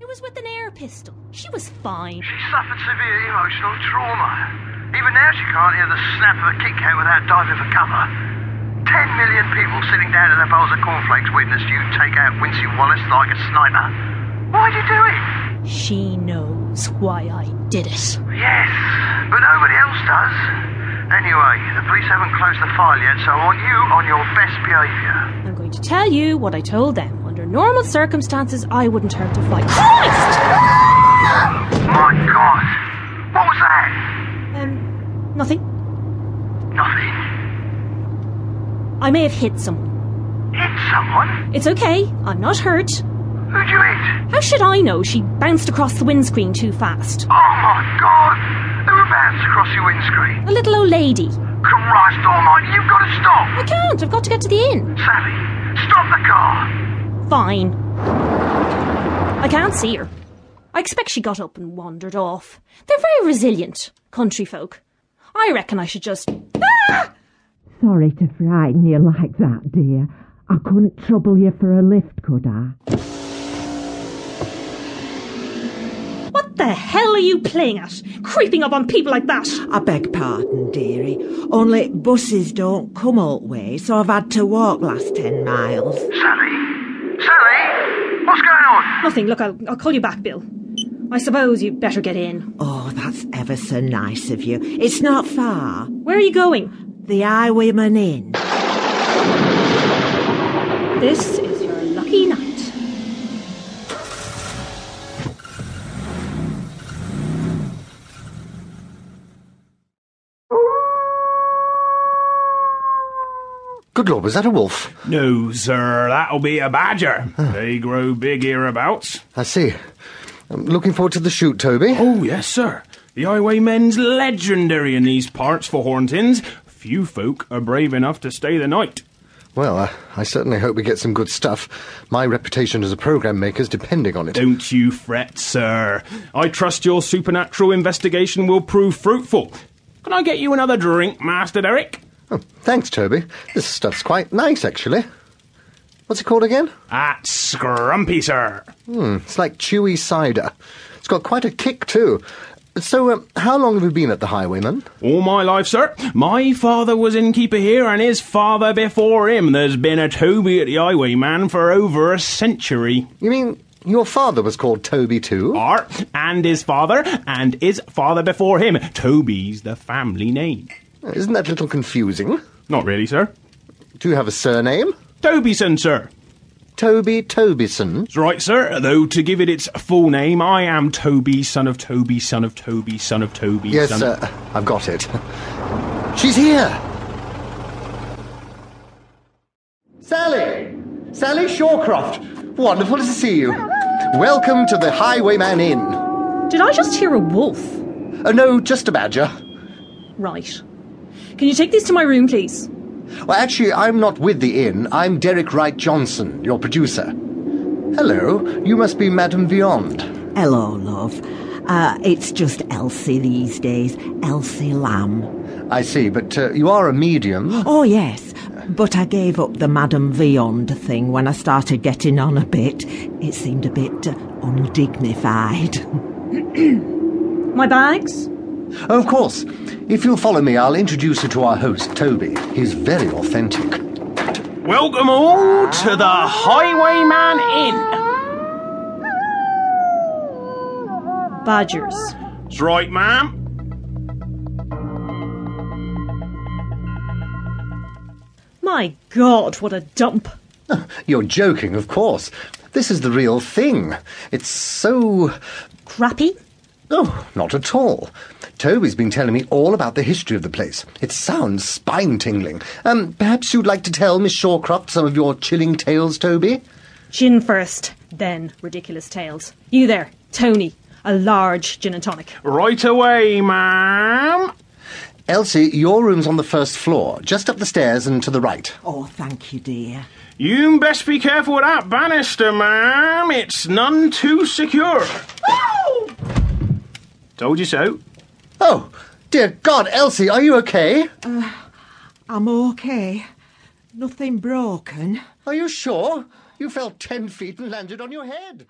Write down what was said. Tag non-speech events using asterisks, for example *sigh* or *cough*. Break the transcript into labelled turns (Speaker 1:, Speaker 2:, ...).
Speaker 1: It was with an air pistol. She was fine.
Speaker 2: She suffered severe emotional trauma. Even now, she can't hear the snap of a kick out without diving for cover. Ten million people sitting down in their bowls of cornflakes witnessed you take out Wincy Wallace like a sniper. Why'd you do it?
Speaker 1: She knows why I did it.
Speaker 2: Yes, but nobody else does. Anyway, the police haven't closed the file yet, so I want you on your best behaviour.
Speaker 1: I'm going to tell you what I told them. Under normal circumstances, I wouldn't hurt a fly. Christ!
Speaker 2: My God, what was that?
Speaker 1: Um, nothing.
Speaker 2: Nothing.
Speaker 1: I may have hit someone.
Speaker 2: Hit someone?
Speaker 1: It's okay. I'm not hurt.
Speaker 2: Who'd you hit?
Speaker 1: How should I know? She bounced across the windscreen too fast.
Speaker 2: Oh my God! They were bounced across your windscreen.
Speaker 1: A little old lady.
Speaker 2: Christ Almighty, you've got to stop,
Speaker 1: I can't. I've got to get to the inn.
Speaker 2: Sally. Stop the car.
Speaker 1: Fine. I can't see her. I expect she got up and wandered off. They're very resilient, country folk. I reckon I should just.
Speaker 3: Sorry to frighten you like that, dear. I couldn't trouble you for a lift, could I?
Speaker 1: What the hell are you playing at? Creeping up on people like that?
Speaker 3: I beg pardon, dearie. Only buses don't come all the way, so I've had to walk last ten miles.
Speaker 2: Sally. Sally, what's going on?
Speaker 1: Nothing. Look, I'll, I'll call you back, Bill. I suppose you'd better get in.
Speaker 3: Oh, that's ever so nice of you. It's not far.
Speaker 1: Where are you going?
Speaker 3: The highwayman inn.
Speaker 1: This is your lucky night.
Speaker 4: Good lord, was that a wolf?
Speaker 5: No, sir, that'll be a badger. They grow big hereabouts.
Speaker 4: I see. I'm looking forward to the shoot, Toby.
Speaker 5: Oh, yes, sir. The highwaymen's legendary in these parts for Horntons. Few folk are brave enough to stay the night.
Speaker 4: Well, uh, I certainly hope we get some good stuff. My reputation as a program maker is depending on it.
Speaker 5: Don't you fret, sir. I trust your supernatural investigation will prove fruitful. Can I get you another drink, Master Derek?
Speaker 4: Oh, thanks, Toby. This stuff's quite nice, actually. What's it called again? Hmm,
Speaker 5: That's scrumpy, sir.
Speaker 4: It's like chewy cider. It's got quite a kick, too. So, um, how long have you been at the Highwayman?
Speaker 5: All my life, sir. My father was innkeeper here, and his father before him. There's been a Toby at the Highwayman for over a century.
Speaker 4: You mean your father was called Toby, too?
Speaker 5: Are and his father, and his father before him. Toby's the family name.
Speaker 4: Isn't that a little confusing?
Speaker 5: Not really, sir.
Speaker 4: Do you have a surname?
Speaker 5: Tobyson, sir.
Speaker 4: Toby Tobyson?
Speaker 5: That's right, sir. Though to give it its full name, I am Toby, son of Toby, son of Toby, son of Toby.
Speaker 4: Yes,
Speaker 5: son
Speaker 4: sir.
Speaker 5: of-
Speaker 4: I've got it. She's here. Sally! Sally Shawcroft! Wonderful to see you. Welcome to the Highwayman Inn.
Speaker 1: Did I just hear a wolf?
Speaker 4: Oh, no, just a badger.
Speaker 1: Right. Can you take these to my room, please?
Speaker 4: Well, actually, I'm not with the inn. I'm Derek Wright Johnson, your producer. Hello, you must be Madame Viand.
Speaker 6: Hello, love. Uh, it's just Elsie these days. Elsie Lamb.
Speaker 4: I see, but uh, you are a medium. *gasps*
Speaker 6: Oh, yes. But I gave up the Madame Viand thing when I started getting on a bit. It seemed a bit uh, undignified. *laughs*
Speaker 1: My bags?
Speaker 4: Of course. If you'll follow me, I'll introduce you to our host, Toby. He's very authentic.
Speaker 5: Welcome all to the Highwayman Inn.
Speaker 1: Badgers.
Speaker 5: That's right, ma'am.
Speaker 1: My god, what a dump.
Speaker 4: You're joking, of course. This is the real thing. It's so.
Speaker 1: Crappy?
Speaker 4: Oh, not at all. Toby's been telling me all about the history of the place. It sounds spine tingling. Um, perhaps you'd like to tell Miss Shawcroft some of your chilling tales, Toby?
Speaker 1: Gin first, then ridiculous tales. You there, Tony. A large gin and tonic.
Speaker 5: Right away, ma'am.
Speaker 4: Elsie, your room's on the first floor, just up the stairs and to the right.
Speaker 6: Oh, thank you, dear.
Speaker 5: You best be careful with that banister, ma'am. It's none too secure. Told you so.
Speaker 4: Oh, dear God, Elsie, are you okay?
Speaker 6: I'm okay. Nothing broken.
Speaker 4: Are you sure? You fell ten feet and landed on your head.